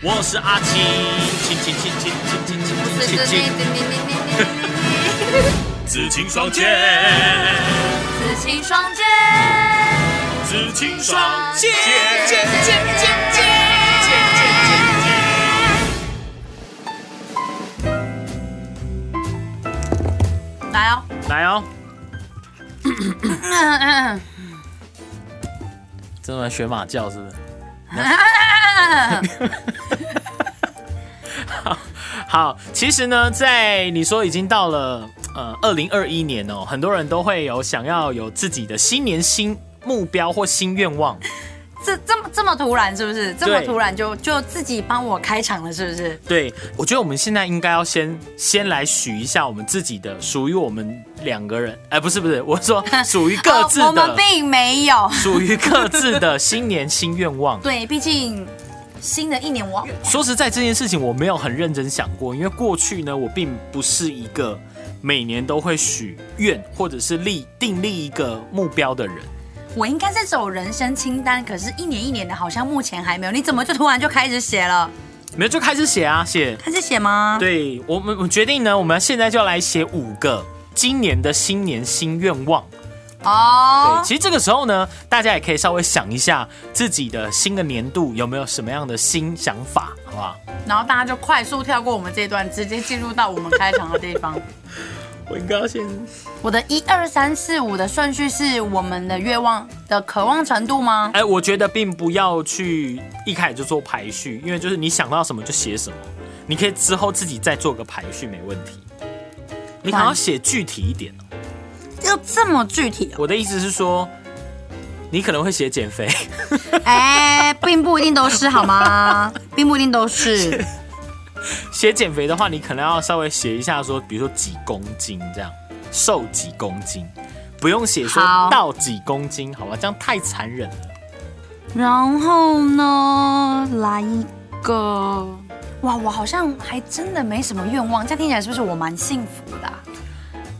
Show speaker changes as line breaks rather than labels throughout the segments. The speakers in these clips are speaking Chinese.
我是阿青，青青青青青青
不是
青
这
青青，紫
这这
青双剑，
这，紫青双剑，
紫青
双剑
剑剑剑剑剑剑。
来哦。
来哦。真的学马叫是不是？好，其实呢，在你说已经到了呃二零二一年哦，很多人都会有想要有自己的新年新目标或新愿望。
这这么这么突然是不是？这么
对
突然就就自己帮我开场了是不是？
对，我觉得我们现在应该要先先来许一下我们自己的属于我们两个人，哎、不是不是，我说属于各自
哦我
的
们，并没有。
属于各自的新年新愿望。
对，毕竟新的一年我
说实在，这件事情我没有很认真想过，因为过去呢，我并不是一个每年都会许愿或者是立定立一个目标的人。
我应该是走人生清单，可是一年一年的，好像目前还没有。你怎么就突然就开始写了？
没有就开始写啊写，
开始写吗？
对我们我决定呢，我们现在就来写五个今年的新年新愿望。
哦
对，，其实这个时候呢，大家也可以稍微想一下自己的新的年度有没有什么样的新想法，好不好？
然后大家就快速跳过我们这一段，直接进入到我们开场的地方。
我应该要先
我的一二三四五的顺序是我们的愿望的渴望程度吗？
哎，我觉得并不要去一开始就做排序，因为就是你想到什么就写什么，你可以之后自己再做个排序，没问题。你可能要写具体一点哦。
要这么具体哦？
我的意思是说，你可能会写减肥，
哎，并不一定都是好吗？并不一定都是。
写减肥的话，你可能要稍微写一下说，比如说几公斤这样，瘦几公斤，不用写说
好
到几公斤，好吧？这样太残忍了。
然后呢，来一个。哇，我好像还真的没什么愿望，这样听起来是不是我蛮幸福的啊、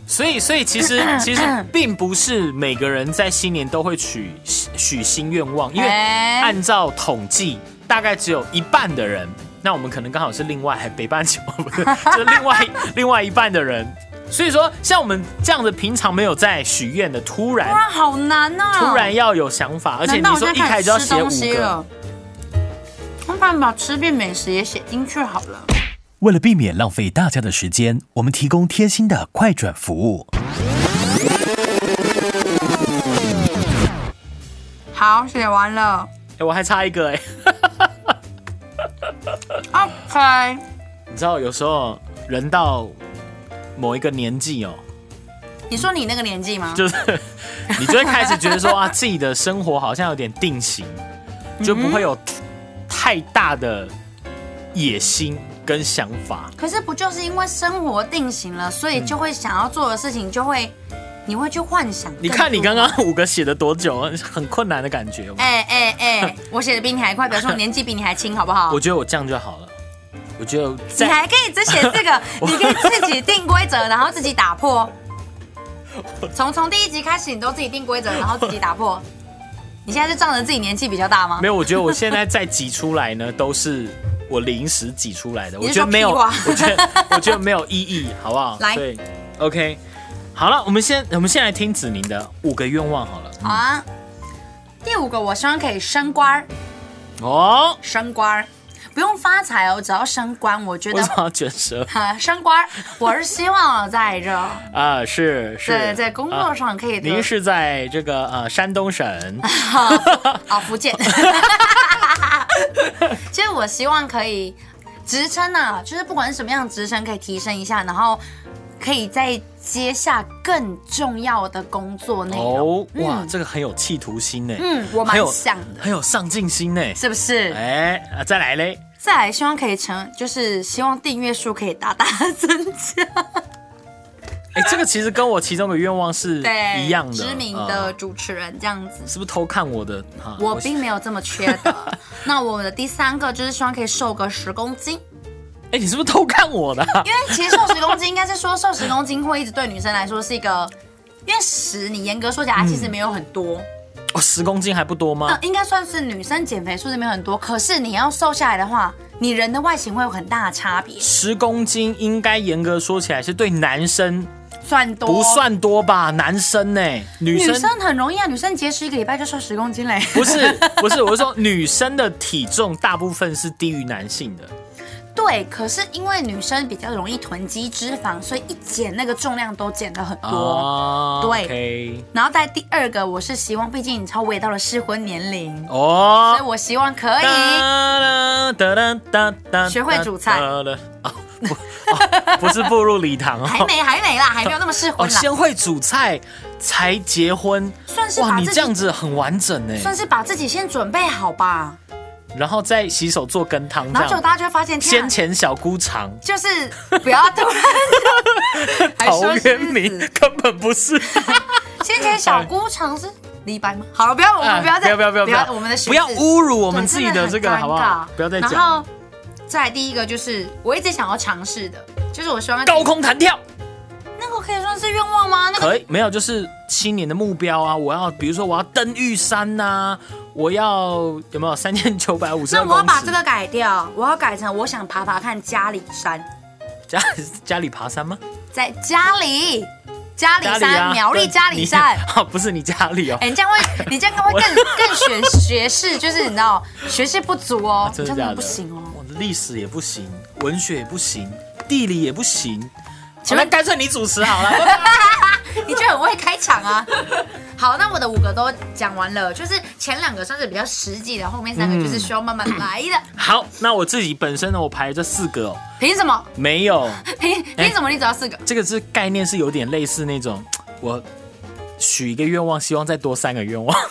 所以，所以其 实其实并不是每个人在新年都会许许新愿望，因为
哎
按照统计，大概只有一半的人，那我们可能刚好是另外还北半球，不是， 就是另外另外一半的人。所以说，像我们这样子平常没有在许愿的，突然
不然好难呐、
突然要有想法，而且
哦难
你
道我
说
现
一
在
开
开
始
始
就要
吃
写
东
五
西
个
了，，我把把吃遍美食也写进去好了。
为了避免浪费大家的时间，我们提供贴心的快转服务。
好，写完了。
哎，我还差一个哎、
OK，
你知道有时候人到某一个年纪 哦、
你说你那个年纪吗？
就是你就会开始觉得说啊，自己的生活好像有点定型，
嗯
就不会有太大的野心跟想法。
可是不就是因为生活定型了，所以就会想要做的事情就会，你会去幻想。
你看你刚。刚五个写的多久，很困难的感觉。有哦没有
哎哎哎！我写的比你还快，表示我年纪比你还轻，好不好
我？觉得我这样就好了，我觉得
你
在
还可以只写 这个，你可以自己定规则，然后自己打破。从从第一集开始，你都自己定规则，然后自己打破。你现在是仗着自己年纪比较大吗
没？有，我觉得我现在再挤出来呢，都是我临时挤出来的。
你
我
是
觉
说
得没有，
屁话
我觉得我觉得没有意义，好不好？
来
对，OK，好了，我们先我们先来听子宁的五个愿望好了。
好啊。第五个，我希望可以升官儿，
哦，
升官儿，不用发财哦，只要升官，我觉
为
得
什么要卷舌？
哈，升官儿，我是希望在这
啊，是 是，
在在工作上可以
啊
得
您是在这个呃山东省，
啊福建， 其实我希望可以职称啊，就是不管是什么样的职称可以提升一下，然后可以再接下更重要的工作内容。
哦，哇，这个很有企图心呢，
哎嗯，我
很
蛮
有
想的，
很有上进心呢。
是不是？
哎，啊再来嘞，
再来，希望可以成，就是希望订阅数可以大大增加。
哎，这个其实跟我其中的愿望是
对，
一样的，
知名
呃
的主持人这样子。
是不是偷看我的？哈
我并没有这么缺德。 那我的第三个就是希望可以瘦个十公斤，
哎，你是不是偷看我的啊？
因为其实瘦十公斤应该是说瘦十公斤会一直对女生来说是一个，因为十你严格说起来它其实没有很多，
哦，十公斤还不多吗
嗯？，应该算是女生减肥数字没有很多，可是你要瘦下来的话，你人的外形会有很大的差别，
十公斤应该严格说起来是对男生
算多
不。算多吧？男生呢、女
女
生
生很容易啊，女生节食一个礼拜就瘦十公斤嘞。
不是不是，我是说女生的体重大部分是低于男性的。
对，可是因为女生比较容易囤积脂肪，所以一减那个重量都减了很多。
哦，
对
OK
然后在第二个，我是希望，毕竟你超我也到了适婚年龄，
哦
所以，我希望可以。
哒哒哒哒哒
学会煮
哒
菜
哒哦，不，哦不是步入礼堂
还
哦。
没，还没啦，还没有那么适
哦，
婚啦，
先会煮菜才结婚，
算是把
哇，你
自己
这样子很完整哎。
算是把自己先准备好吧。
然后再洗手做羹汤这
然后就
样。
大家就会发现，天
先
啊，
前小姑肠，
就是不要突然 还
陶
说
渊
是
明根本不是。
先前小姑尝是李白吗？好了，不要， 我们不要再，
哎不要不要不要，
我们的学
不要
制
侮辱我
对
们自己的这
真
个
很
好不
尴
好
尬？
不要再
然
讲
后，再来第一个就是我一直想要尝试的，就是我希望
高空弹跳，
那个可以算是愿望吗？那个
可以没有就是新年的目标啊，我要比如说我要登玉山呐、我要有没有三千九百五十
那
二
我
公
要
尺？
把这个改掉，我要改成我想爬爬看家里山，
家家里爬山吗？
在家里家里
家里
山、
啊，
苗栗
对
家里
你
山。
哦，不是你家里哦。
哎、你这样会，你这样会更更学学士，就是你知道学士不足哦，
啊真的
真
假的？
的不行哦。
我的历史也不行，文学也不行，地理也不行。
请
好
问
那干脆你主持好了。
你就很会开场啊。好，那我的五个都讲完了，就是前两个算是比较实际的，后面三个
嗯
就是需要慢慢来的。
好，那我自己本身呢，我排这四个哦，
凭什么？
没有，
凭
哎
凭什么你只要四个？
这个是概念是有点类似那种我许一个愿望，希望再多三个愿望。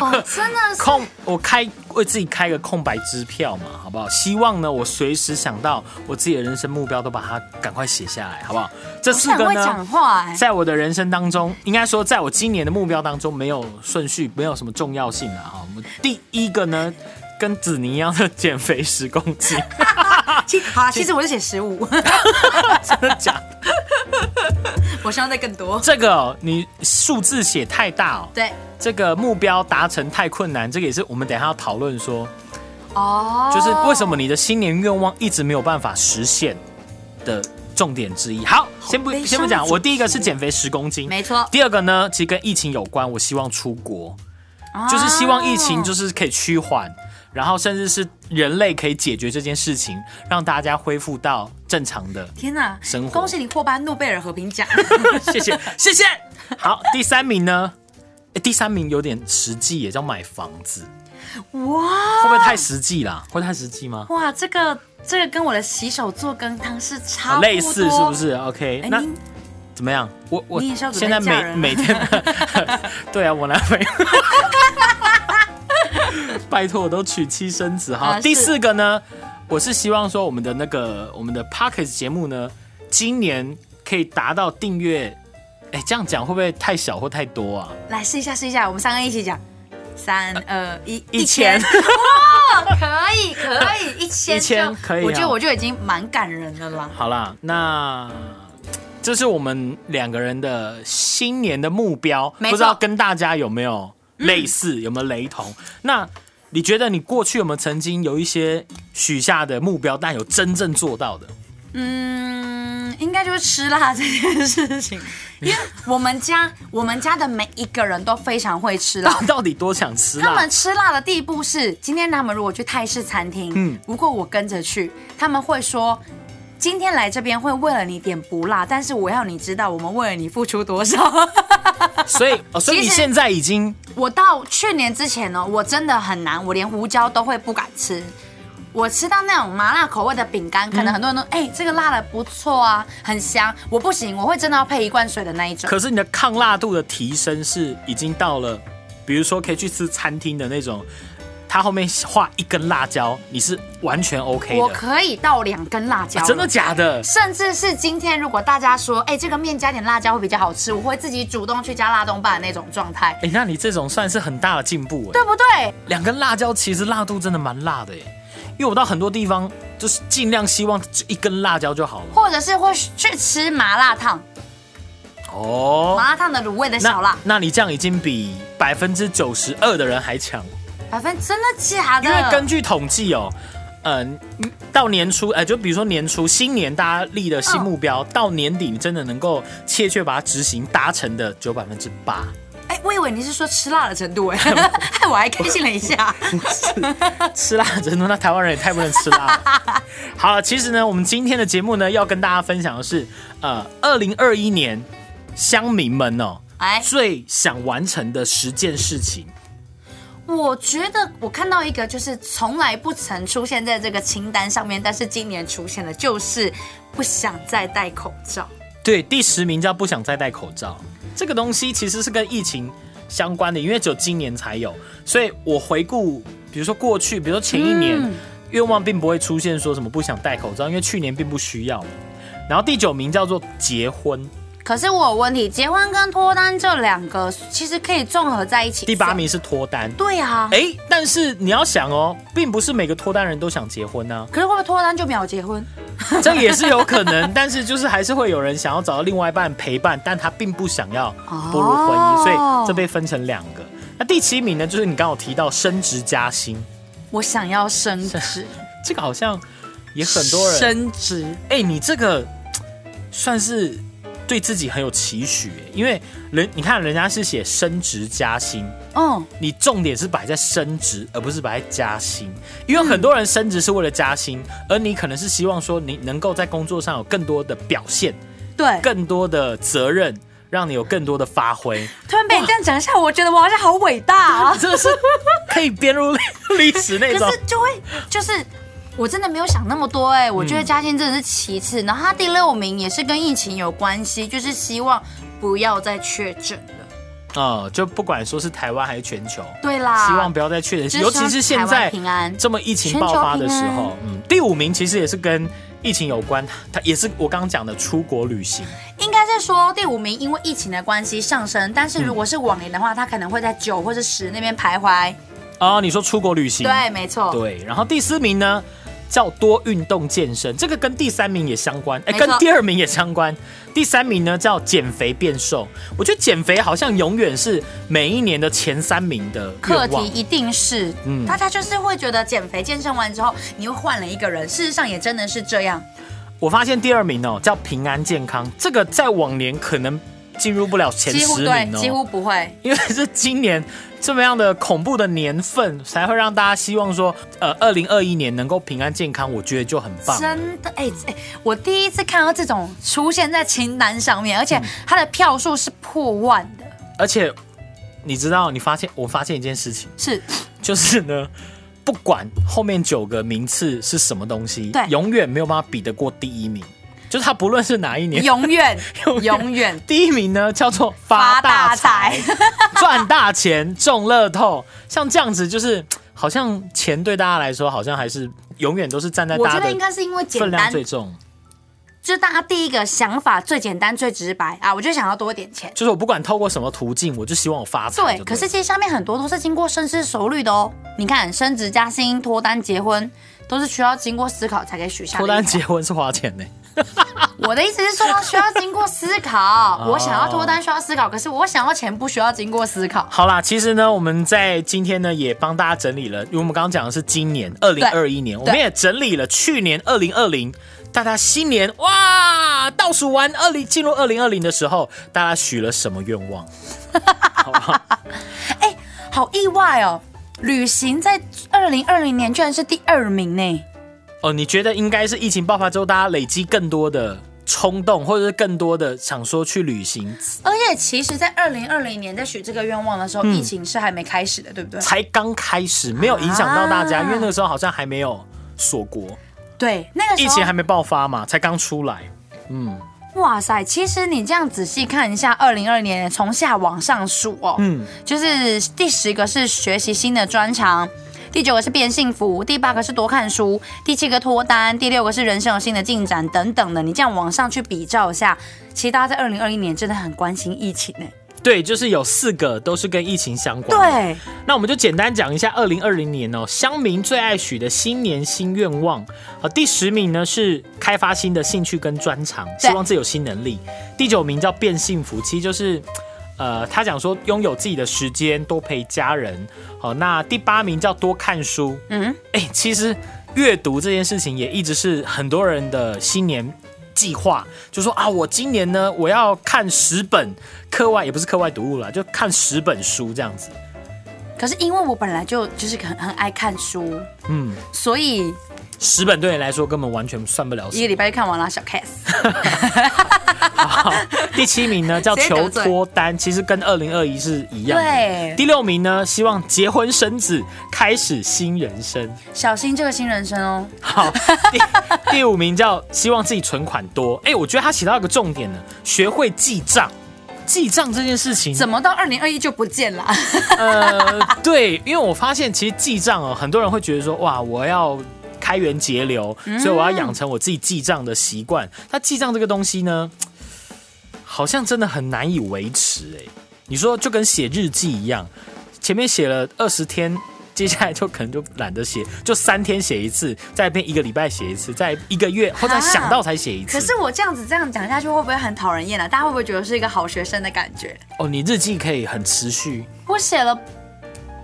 哦，真的是
空，我开为自己开个空白支票嘛，好不好？希望呢，我随时想到我自己的人生目标，都把它赶快写下来，好不好？这四
很
个
会讲
呢，
话哎、
在我的人生当中，应该说在我今年的目标当中，没有顺序，没有什么重要性啊。哈，我们第一个呢，跟子宁一样的减肥十公斤，
其好啦，其实我是写十五，
真的假的？
我希望再更多。
这个哦你数字写太大哦，
对，
这个目标达成太困难，这个也是我们等一下要讨论说，
哦，
就是为什么你的新年愿望一直没有办法实现的重点之一。好，先不
悲伤
先不讲，
的
我第一个是减肥十公斤，
没错，
第二个呢，其实跟疫情有关，我希望出国，就是希望疫
哦
情
啊
就是可以趋缓，然后甚至是人类可以解决这件事情，让大家恢复到正常 的
天哪
生活！
恭喜你获颁诺贝尔和平奖。
谢谢谢谢。 好，第三名呢？诶第三名有点实际，也叫买房子，
哇
会不会
啊
太实际啦？会太实际吗？
哇，这个这个跟我的洗手做羹汤是差
啊
不多，
类似是不？是？OK，、
哎、
那
你
怎么样？我我
你也是要准备
现在
嫁
每
人
每天，对啊，我男朋友，拜托我都娶妻生子哈。
啊
第
是
四个呢，我是希望说我们的那个我们的 Pockets 节目呢，今年可以达到订阅。哎，这样讲会不会太小或太多啊？
来试一下，试一下，我们三个一起讲。三二一，
呃一千
哇，可以可以，一千
一千
就
可以啊
我觉得我就已经蛮感人的啦。
好啦，那这是我们两个人的新年的目标，
没错嗯
不知道跟大家有没有类似，有没有雷同？那你觉得你过去有没有曾经有一些许下的目标，但有真正做到的？
嗯，应该就是吃辣这件事情，因为我们家我们家的每一个人都非常会吃辣
到。到底多想吃
他
辣
们？吃辣的地步是，今天他们如果去泰式餐厅，
嗯
嗯，如果我跟着去，他们会说。今天来这边会为了你点不辣，但是我要你知道我们为了你付出多少。
所以，哦、所以你
其实
现在已经
我到去年之前呢，我真的很难，我连胡椒都会不敢吃。我吃到那种麻辣口味的饼干，可能很多
嗯
人都哎、这个辣的不错啊，很香。我不行，我会真的要配一罐水的那一种。
可是你的抗辣度的提升是已经到了，比如说可以去吃餐厅的那种，它后面画一根辣椒，你是完全 OK
我
的。
可以到两根辣椒、
啊真的假的？
甚至是今天，如果大家说，哎、这个面加点辣椒会比较好吃，我会自己主动去加辣东拌的那种状态，
哎、那你这种算是很大的进步哎、
对不对？
两根辣椒其实辣度真的蛮辣的哎、因为我到很多地方就是尽量希望只一根辣椒就好了。
或者是会去吃麻辣烫，
哦，
麻辣烫的卤味的小
那
辣，
那你这样已经比百分之九十二的人还强，
百分真的假
因为
的？
根据统计哦。嗯，到年初，哎、就比如说年初新年大家立的新目标，到年底你真的能够切切把它执行达成的，只有百分之八。
哎、我以为你是说吃辣的程度 哎、害 我还开心了一下。
吃辣真的，那台湾人也太不能吃辣了。好了，其实呢，我们今天的节目呢，要跟大家分享的是，呃，二零二一年乡民们哦，
哎，
最想完成的十件事情。
我觉得我看到一个就是从来不曾出现在这个清单上面，但是今年出现了，就是不想再戴口罩。
对，第十名叫不想再戴口罩。这个东西其实是跟疫情相关的，因为只有今年才有，所以我回顾，比如说过去，比如说前一年，愿望并不会出现说什么不想戴口罩，因为去年并不需要。然后第九名叫做结婚，
可是我有问题，结婚跟脱单这两个其实可以综合在一起。
第八，名是脱单。
对啊，
哎，但是你要想哦，并不是每个脱单人都想结婚 呢、
可是会不会脱单就秒结婚？
这也是有可能。但是就是还是会有人想要找到另外一半陪伴，但他并不想要步入婚姻，
哦
所以这被分成两个。那第七名呢，就是你刚好提到升职加薪，
我想要升职，
这个好像也很多人。
升职，
哎，你这个嘖算是对自己很有期许，因为人你看人家是写升职加薪，
嗯，
你重点是摆在升职，而不是摆在加薪，因为很多人升职是为了加薪，而你可能是希望说你能够在工作上有更多的表现，
对。
更多的责任，让你有更多的发 挥。
突然被你这样讲一下，我觉得我好像好伟大啊。
真的是可以编入历史那种
可。是就会就是。我真的没有想那么多哎、我觉得嘉欣真的是其次，然后他第六名也是跟疫情有关系，就是希望不要再确诊了。
嗯，就不管说是台湾还是全球，
对啦，
希望不要再确诊，
只是
尤其是现在
啊台湾平安
这么疫情爆发的时
全球平
候
安。
嗯，第五名其实也是跟疫情有关，它也是我刚刚讲的出国旅行。
应该是说第五名因为疫情的关系上升，但是如果是往年的话，他可能会在九或者十那边徘徊。
哦，你说出国旅行？
对，没错，
对，然后第四名呢叫多运动健身，这个跟第三名也相关，哎，
没错
跟第二名也相关。第三名呢叫减肥变瘦，我觉得减肥好像永远是每一年的前三名的
课
愿望
题。一定是，
嗯
大家就是会觉得减肥健身完之后，你又换了一个人，事实上也真的是这样。
我发现第二名哦叫平安健康，这个在往年可能进入不了前
几乎
十
对
名，
几
哦。
乎不会。
因为是今年这么样的恐怖的年份，才会让大家希望说，呃，二零二一年能够平安健康，我觉得就很棒。
真的，哎、哎、我第一次看到这种出现在清单上面，而
嗯
且它的票数是破万的，
而且，你知道，你发现我发现一件事情，
是
就是呢，不管后面九个名次是什么东西，
对
永远没有办法比得过第一名。就是他不论是哪一年，
永远
永远
永远
第一名呢叫做
发
发
大
大
财
财、，赚大钱、中乐透，像这样子，就是好像钱对大家来说，好像还是永远都是站在
我
大
觉
家
得应
的
该是因为简
分量
单，
最重。
就是大家第一个想法最简单最直白啊，我就想要多一点钱。
就是我不管透过什么途径，我就希望我发财
对，
就对了。
可是其实下面很多都是经过深思熟虑的哦。你看，升职加薪、脱单、结婚，都是需要经过思考才可以许下的
脱
愿望。
单结婚是花钱呢、
我的意思是说，需要经过思 考。我想要脱单需要思考，可是我想要钱不需要经过思考。
好啦，其实呢，我们在今天呢也帮大家整理了，因为我们刚刚讲的是今年二零二一年，我们也整理了去年二零二零，大家新年哇倒数完二零进入二零二零的时候，大家许了什么愿望？好不好？
哎、好意外哦！旅行在二零二零年居然是第二名呢。
哦，你觉得应该是疫情爆发之后，大家累积更多的冲动，或者是更多的想说去旅行，
而且其实，在二零二零年在许这个愿望的时候，疫情是还没开始的，对不对？
才刚开始，没有影响到大家，
啊
因为那个时候好像还没有锁国，
对，那个时
疫
候
情还没爆发嘛，才刚出来。
哇塞！其实你这样仔细看一下，二零二零年从下往上数哦，嗯，就是第十个是学习新的专长。第九个是变幸福，第八个是多看书，第七个脱单，第六个是人生有新的进展等等的。你这样往上去比照一下，其实大家在二零二一年真的很关心疫情呢、欸
对，就是有四个都是跟疫情相关。，
对，
那我们就简单讲一下二零二零年哦，乡民最爱许的新年新愿望。好，第十名呢是开发新的兴趣跟专长，希
对
望自己有新能力。第九名叫变幸福，其实就是。呃，他讲说拥有自己的时间，多陪家人。好，那第八名叫多看书。
嗯，
哎、其实阅读这件事情也一直是很多人的新年计划，就说啊，我今年呢，我要看十本课外，也不是课外读物啦，就看十本书这样子。
可是因为我本来就就是很很爱看书，
嗯，
所以
十本对你来说根本完全算不了
一
什
个
么。
礼拜就看完了小 case。
好 第七名呢叫
直接
求
得罪
脱单，其实跟二零二一是一样的。
对，
第六名呢，希望结婚生子，开始新人 生。
小心这个新人生哦。
好，第第五名叫希望自己存款多。哎、我觉得他写到一个重点呢，学会记账。记账这件事情，
怎么到二零二一就不见了？
呃，对，因为我发现其实记账哦，很多人会觉得说，哇，我要开源节流，所以我要养成我自己记账的习惯。那记账这个东西呢，好像真的很难以维持哎、你说就跟写日记一样，前面写了二十天。接下来就可能就懒得写，就三天写一次，再变一个礼拜写一次，再一个月或者
啊
想到才写一次。
可是我这样子这样讲下去，会不会很讨人厌呢、啊大家会不会觉得是一个好学生的感觉？
哦，你日记可以很持续
我写了，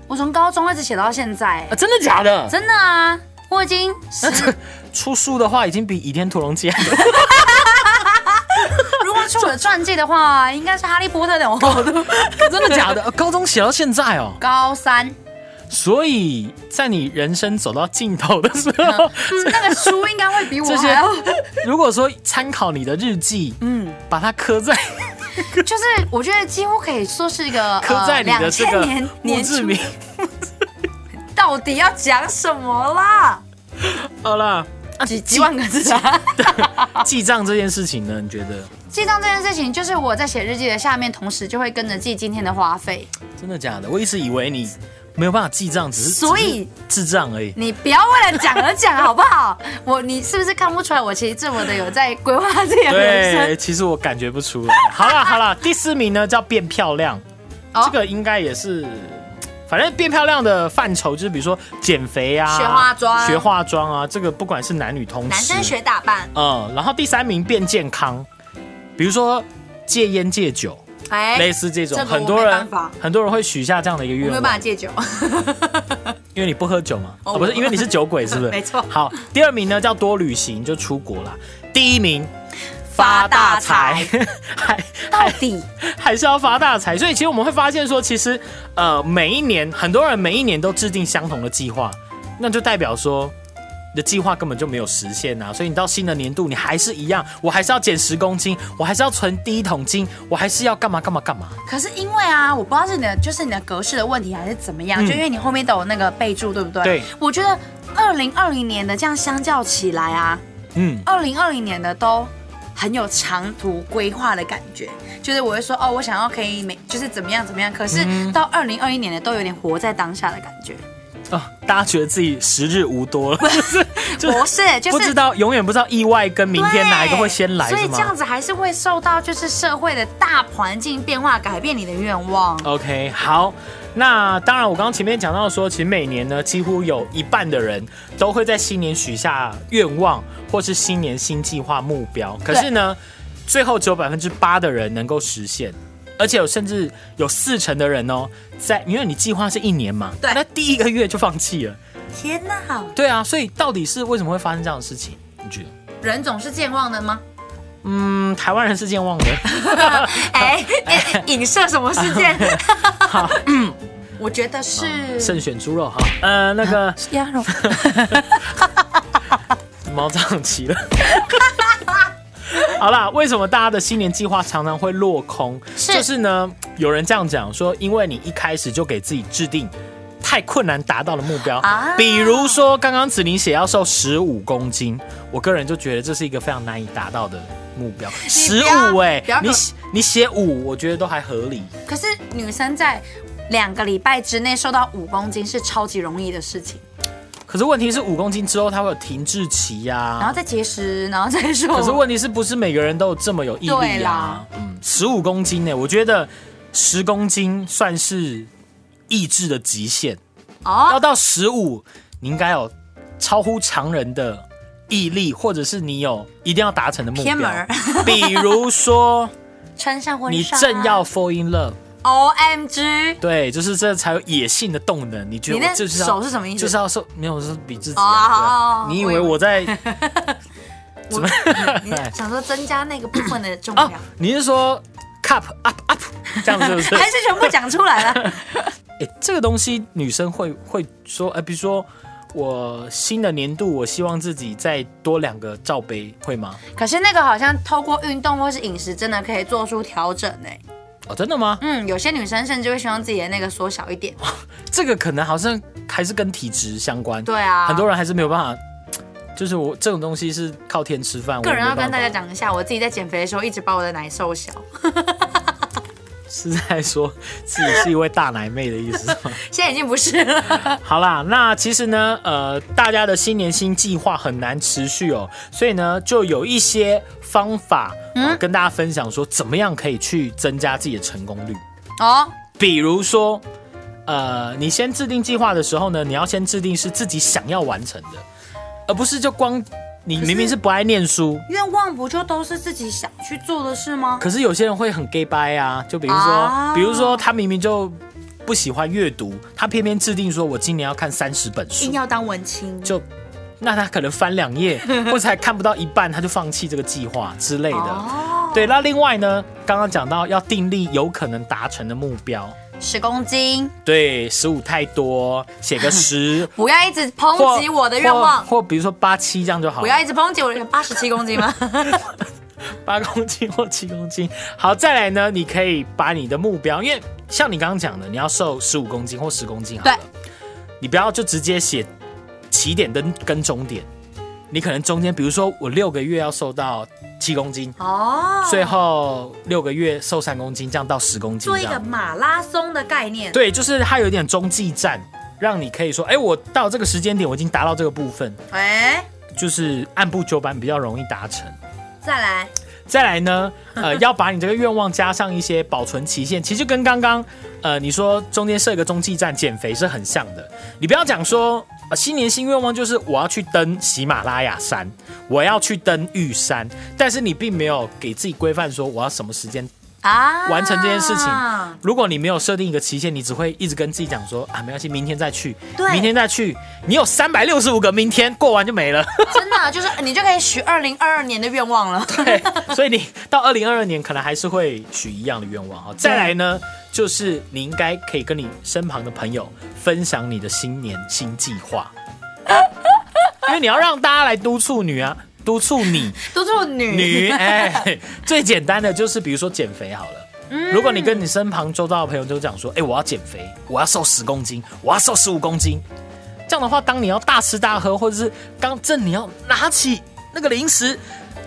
我从高中一直写到现在
啊？，真的假的？
真的啊，我已经 十。
出书的话已经比《倚天屠龙记》还多
如果是我的传记的话，应该是《哈利波特》等厚度。
真的假的？呃高中写到现在哦，
高三，
所以在你人生走到尽头的时候，
嗯，那个书应该会比
这
我
些
还要，
如果说参考你的日记，
嗯，呃
把它刻在
就是我觉得几乎可以说是一 个
刻在你的这
2000
个
年
墓
年
志
初
铭。
到底要讲什么啦？
好啦，啊
几几万个字啊！
记账这件事情呢，你觉得
记账这件事情，就是我在写日记的下面，同时就会跟着记今天的花费。
真的假的？我一直以为你没有办法记账，只是
所以
只是智障而已。
你不要为了讲而讲，好不好？ 我你是不是看不出来我其实这么的有在规划自己的人
对，
生？
其实我感觉不出来。 好啦好啦，第四名呢叫变漂亮，
哦
这个应该也是，反正变漂亮的范畴就是比如说减肥啊、
学化妆
学化妆啊，这个不管是男女通吃。
男生学打扮，
嗯，然后第三名变健康，比如说戒烟戒酒，
哎、
类似哦这种，
这个我
很多
没
人
办法
很多人会许下这样的一个
我
愿
没有
望，
办法戒酒，
因为你不喝酒嘛，
哦
哦，不是，
我
因为你是酒鬼，是不是？
没错
好，第二名呢叫多旅行，就出国啦。第一名
发大财，
还
到底
还是要发大财。所以其实我们会发现说，其实呃，每一年很多人每一年都制定相同的计划，那就代表说。你的计划根本就没有实现呐、所以你到新的年度，你还是一样，我还是要减十公斤，我还是要存第一桶金，我还是要干嘛干嘛干嘛。
可是因为啊，我不知道是你的就是你的格式的问题还是怎么样，
嗯
就因为你后面都有那个备注，对不对？
对。
我觉得二零二零年的这样相较起来啊，
嗯，
二零二零年的都很有长途规划的感觉，就是我会说哦，我想要可以每就是怎么样怎么样，可是
嗯
到二零二一年的都有点活在当下的感觉，
啊，大家觉得自己时日无多 了，就是就
不是就是
不知道，永远不知道意外跟明天哪一个会先来，
对所
是
以这样
吗
子还是会受到就是社会的大环境变化改变你的愿望。
？OK，好。那当然，我刚刚前面讲到说，其实每年呢，几乎有一半的人都会在新年许下愿望，或是新年新计划目标。可是呢，最后只有百分之八的人能够实现，而且有甚至有四成的人哦，在因为你计划是一年嘛，
对
那第一个月就放弃了。
天哪，
对啊，所以到底是为什么会发生这样的事情？你觉得？
人总是健忘 的吗？
嗯，台湾人是健忘的。
哎、哎影射什么事件？ 我觉得是
慎选猪肉哈，呃，那个
鸭肉。
毛长齐了。 好啦，为什么大家的新年计划常常会落空？
是
就是呢，有人这样讲说，因为你一开始就给自己制定太困难达到的目标，
啊
比如说刚刚子宁写要瘦十五公斤，我个人就觉得这是一个非常难以达到的目标。
你
十
不要
五哎
不要，
你
搞
写你写五，我觉得都还合理。
可是女生在两个礼拜之内瘦到五公斤是超级容易的事情，
可是问题是五公斤之后它会有停滞期啊呀、
然后再节食，然后再瘦。
可是问题是不是每个人都有这么有毅力
哦对
啊
啦？
嗯，十五公斤呢、我觉得十公斤算是意志的极限，要
哦，
到十五，你应该有超乎常人的毅力，或者是你有一定要达成的目标
偏门儿。
比如 说，
穿上啊婚
你
纱，哦
正要 fall in love，
O M G，
对，就是这才有野性的动能。你觉得
你那
我就是要
手是什么意思
就是要受没有是比自己
哦好好
啊。对啊
好
你以
我以
为
为
我 在
我你 你想说增加那个部分的重
啊
量，？
你是说 cup up up 这样是不是？
还哦是全部讲出来 了？
哎、这个东西女生会会说，哎、比如说我新的年度，我希望自己再多两个罩杯，会吗？
可是那个好像透过运动或是饮食，真的可以做出调整欸呢、
哦，真的吗？
嗯，有些女生甚至会希望自己的那个缩小一点。
这个可能好像还是跟体质相关。、
对啊，
很多人还是没有办法。就是我这种东西是靠天吃饭，
个人
我
要
也没
跟
办法
大家讲一下，我自己在减肥的时候一直把我的奶瘦小，
是在说自己是一位大奶妹的意思吗
现在已经不是了。
好啦，那其实呢，呃，大家的新年新计划很难持续哦，所以呢，就有一些方法、
嗯
呃跟大家分享，说怎么样可以去增加自己的成功率。
哦，
比如说，呃，你先制定计划的时候呢，你要先制定是自己想要完成的，而不是就光你明明是不爱念书，
愿望不就都是自己想去做的事吗？
可是有些人会很 gay 掰啊，就比如说，
啊
比如说他明明就不喜欢阅读，他偏偏制定说我今年要看三十本书
硬，要当文青，
就。那他可能翻两页，或者还看不到一半，他就放弃这个计划之类的。
哦，
对，那另外呢，刚刚讲到要订立有可能达成的目标，
十公斤，
对，十五太多，写个十
不要一直抨击我的愿望，
或或比如说八七这样就好
不，要一直抨击我的八十七公 斤吗？
八公斤或七公斤。好，再来呢，你可以把你的目标，因为像你刚刚讲的，你要瘦十五公斤或十公斤好了，你不要就直接写起点跟跟终点，你可能中间，比如说我六个月要瘦到七公斤，
哦，
最后六个月瘦三公斤，这样到十公斤
做
这
一个
样。
马拉松的概念，
对，就是它有一点中继站，让你可以说，哎、我到这个时间点，我已经达到这个部分，
哎、
就是按部就班，比较容易达成。
再来，
再来呢，呃，要把你这个愿望加上一些保存期限，其实就跟刚刚呃你说中间设一个中继站减肥是很像的。你不要讲说、呃、新年新愿望就是我要去登喜马拉雅山，我要去登玉山，但是你并没有给自己规范说我要什么时间。
啊，
完成这件事情如果你没有设定一个期限，你只会一直跟自己讲说啊，没关系，明天再去，
对
明天再去。你有三百六十五个明天，过完就没了。
真的啊就是你就可以许二零二二年的愿望了。
对，所以你到二零二二年可能还是会许一样的愿望啊。再来呢，就是你应该可以跟你身旁的朋友分享你的新年新计划，因为你要让大家来督促你啊，督促你
都是女
女哎。最简单的就是比如说减肥好了。如果你跟你身旁周遭的朋友就讲说，哎、我要减肥，我要瘦十公斤，我要瘦十五公斤，这样的话，当你要大吃大喝，或者是刚正你要拿起那个零食，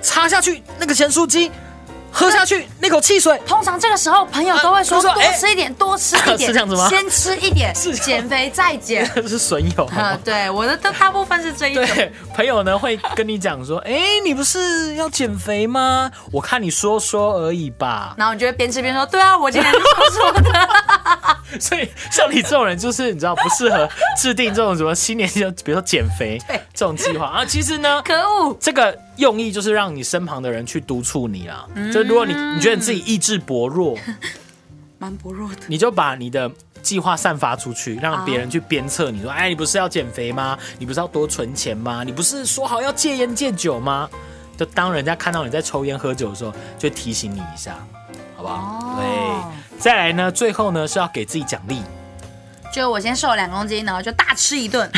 插下去那个咸酥鸡，喝下去 那口汽水，
通常这个时候，朋友都会说
啊都说
多吃一点，多吃一 点，
是这样子吗
先吃一点，
是这样
减肥 再减。
这是损友。
嗯， 对，我的大大部分是这一种。
对，朋友呢会跟你讲说，哎、你不是要减肥吗？我看你说说而已吧。
然后你就会边吃边说：“对啊，我今天就说说的。
所以像你这种人，就是你知道不适合制定这种什么新年就比如说减肥
对
这种计划啊。其实呢”，
可恶！
这个用意就是让你身旁的人去督促你啦。
嗯
就如果你你觉得你自己意志薄弱，
蛮薄弱的。
你就把你的计划散发出去，让别
哦
人去鞭策你说：“哎，你不是要减肥吗？你不是要多存钱吗？你不是说好要戒烟戒酒吗？”就当人家看到你在抽烟喝酒的时候，就提醒你一下，好不好？
哦
对，再来呢，最后呢是要给自己奖励。
就我先瘦了两公斤，然后就大吃 一顿。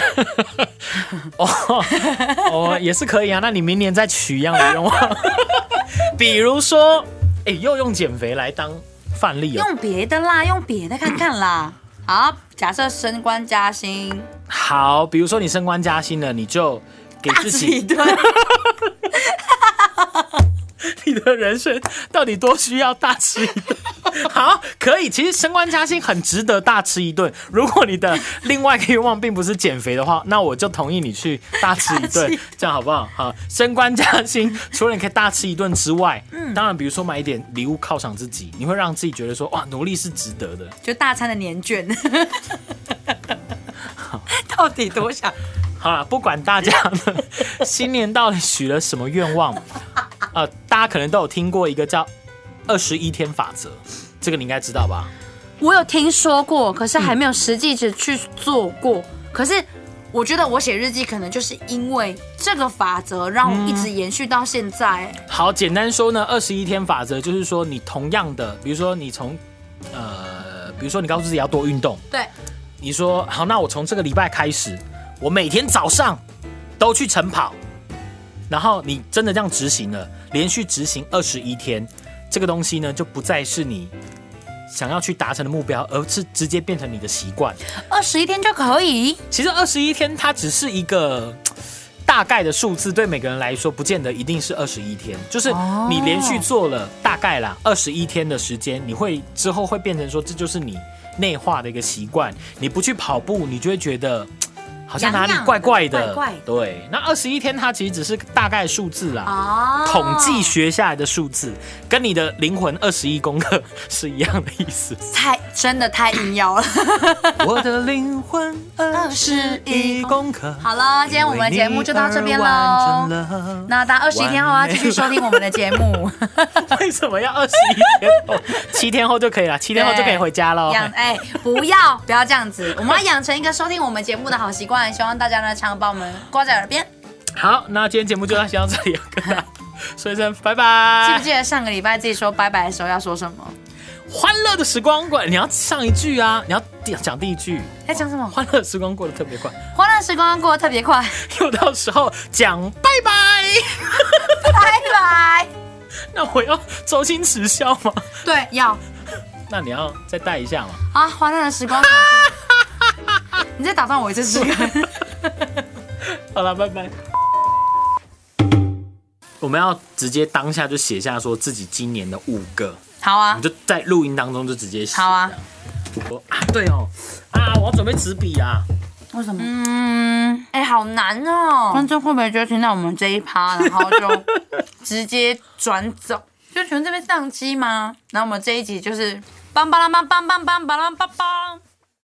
哦，也是可以啊。那你明年再取一样的愿望， 比如说，哎、又用减肥来当范例哦。
用别的啦，用别的看看啦。好，假设升官加薪，
好，比如说你升官加薪了，你就给
大
自
吃一
己
顿，
你的人生到底多需要大吃一顿？好，可以。其实升官加薪很值得大吃一顿。如果你的另外一个愿望并不是减肥的话，那我就同意你去大吃一顿，这样好不好？好，升官加薪，除了你可以大吃一顿之外，嗯，当然，比如说买一点礼物犒赏自己，你会让自己觉得说，哇，努力是值得的。
就大餐的年卷。 到底多想？
好了，不管大家 新年到底许了什么愿望，呃，大家可能都有听过一个叫二十一天法则，这个你应该知道吧？
我有听说过，可是还没有实际的去做过。可是我觉得我写日记，可能就是因为这个法则，让我一直延续到现在。
好，简单说呢，二十一天法则就是说，你同样的，比如说你从，呃，比如说你告诉自己要多运动，
对，
你说好，那我从这个礼拜开始，我每天早上都去晨跑，然后你真的这样执行了，连续执行二十一天，这个东西呢就不再是你想要去达成的目标，而是直接变成你的习惯。
二十一天就可以。
其实二十一天它只是一个大概的数字，对每个人来说，不见得一定是二十一天。就是
哦
你连续做了大概啦二十一天的时间，你会之后会变成说，这就是你内化的一个习惯。你不去跑步，你就会觉得好像哪里
痒痒的
怪怪的。
怪怪的
对，那二十一天它其实只是大概数字啦。
哦
统计学下来的数字，跟你的灵魂二十一功课是一样的意 思。
太真的太硬要了。
我的灵魂二十一功课。
好了，今天我们的节目就到这边喽。
喽
那大家二十一天后要啊继续收听我们的节目。
为什么要二十一天后？ 七天后就可以了，七天后就可以回家喽。
养哎、不要不要这样 子，我们要养成一个收听我们节目的好习惯，希望大家呢常把我们挂在耳边。
好，那今天节目就到先到这里，跟大家说一声拜
记
拜
不。记得上个礼拜自己说拜拜的时候要说什么？
欢乐的时光过，你要上一句啊，你要讲第一句。
在哎讲什么？
欢乐的时光过得特别快，
欢乐时光过得特别 快，
又到时候讲拜 拜，
拜拜。
那我要周星驰笑吗？
对，要
那你要再带一下吗？
啊，欢乐的时光。你再打断我一次试试 看。
好了，拜拜。我们要直接当下就写下说自己今年的五个。
好啊
你，就在录音当中就直接写。
好啊
这样。我啊，对哦，啊，我要准备纸笔啊。
为什么？
嗯，哎、好难哦。
观众会不会就听到我们这一趴，然后就
直接转走，就全这边宕机吗？然后我们这一集就是梆梆啷梆梆梆梆梆梆梆梆。